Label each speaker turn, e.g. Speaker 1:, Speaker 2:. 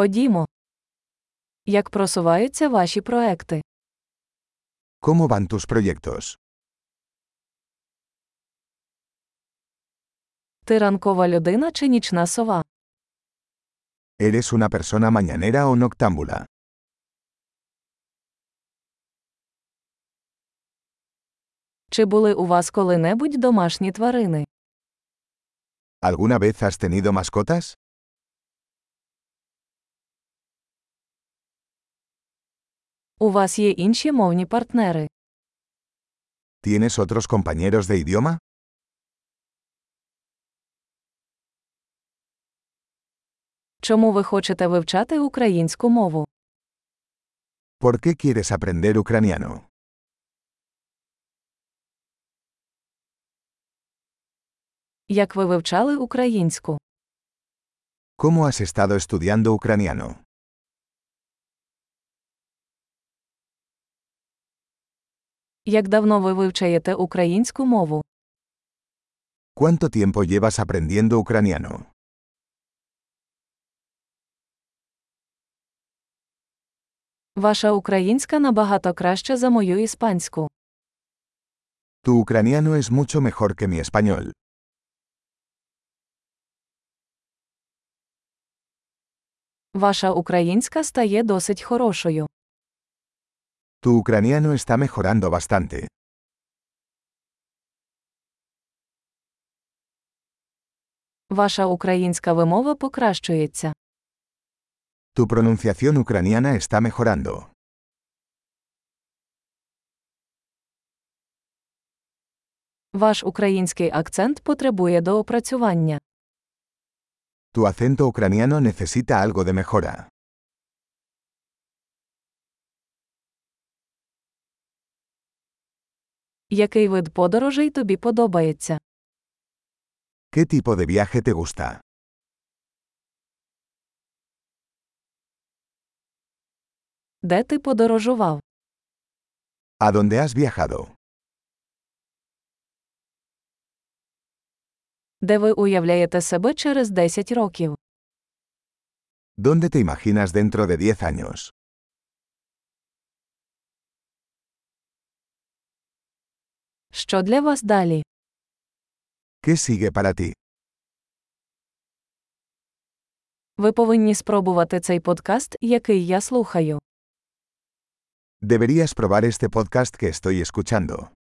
Speaker 1: Ходімо. Як просуваються ваші проекти?
Speaker 2: ¿Cómo van tus proyectos?
Speaker 1: Ти ранкова людина чи нічна сова?
Speaker 2: ¿Eres una persona mañanera o noctámbula?
Speaker 1: Чи були у вас коли-небудь домашні тварини?
Speaker 2: ¿Alguna vez has tenido mascotas?
Speaker 1: У вас є інші мовні партнери.
Speaker 2: ¿Tienes otros compañeros de idioma?
Speaker 1: Чому ви хочете вивчати українську мову?
Speaker 2: ¿Por qué quieres aprender ucraniano?
Speaker 1: Як ви вивчали українську?
Speaker 2: ¿Cómo has estado estudiando ucraniano?
Speaker 1: Як давно ви вивчаєте українську мову?
Speaker 2: ¿Cuánto tiempo llevas aprendiendo ucraniano?
Speaker 1: Ваша українська набагато краща за мою іспанську.
Speaker 2: Tu ucraniano es mucho mejor que mi español.
Speaker 1: Ваша українська стає досить хорошою.
Speaker 2: Tu ucraniano está mejorando bastante.
Speaker 1: Ваша українська вимова покращується.
Speaker 2: Tu pronunciación ucraniana está mejorando.
Speaker 1: Ваш український акцент потребує доопрацювання.
Speaker 2: Tu acento ucraniano necesita algo de mejora.
Speaker 1: Який вид подорожей тобі подобається?
Speaker 2: ¿Qué tipo de viaje te gusta?
Speaker 1: Де ти подорожував?
Speaker 2: ¿A dónde has viajado?
Speaker 1: Де ви уявляєте себе через 10 років?
Speaker 2: ¿Dónde te imaginas dentro de 10 años?
Speaker 1: Що для вас далі?
Speaker 2: ¿Qué sigue para ti?
Speaker 1: Ви повинні спробувати цей подкаст, який я слухаю.
Speaker 2: Deberías probar este podcast que estoy escuchando.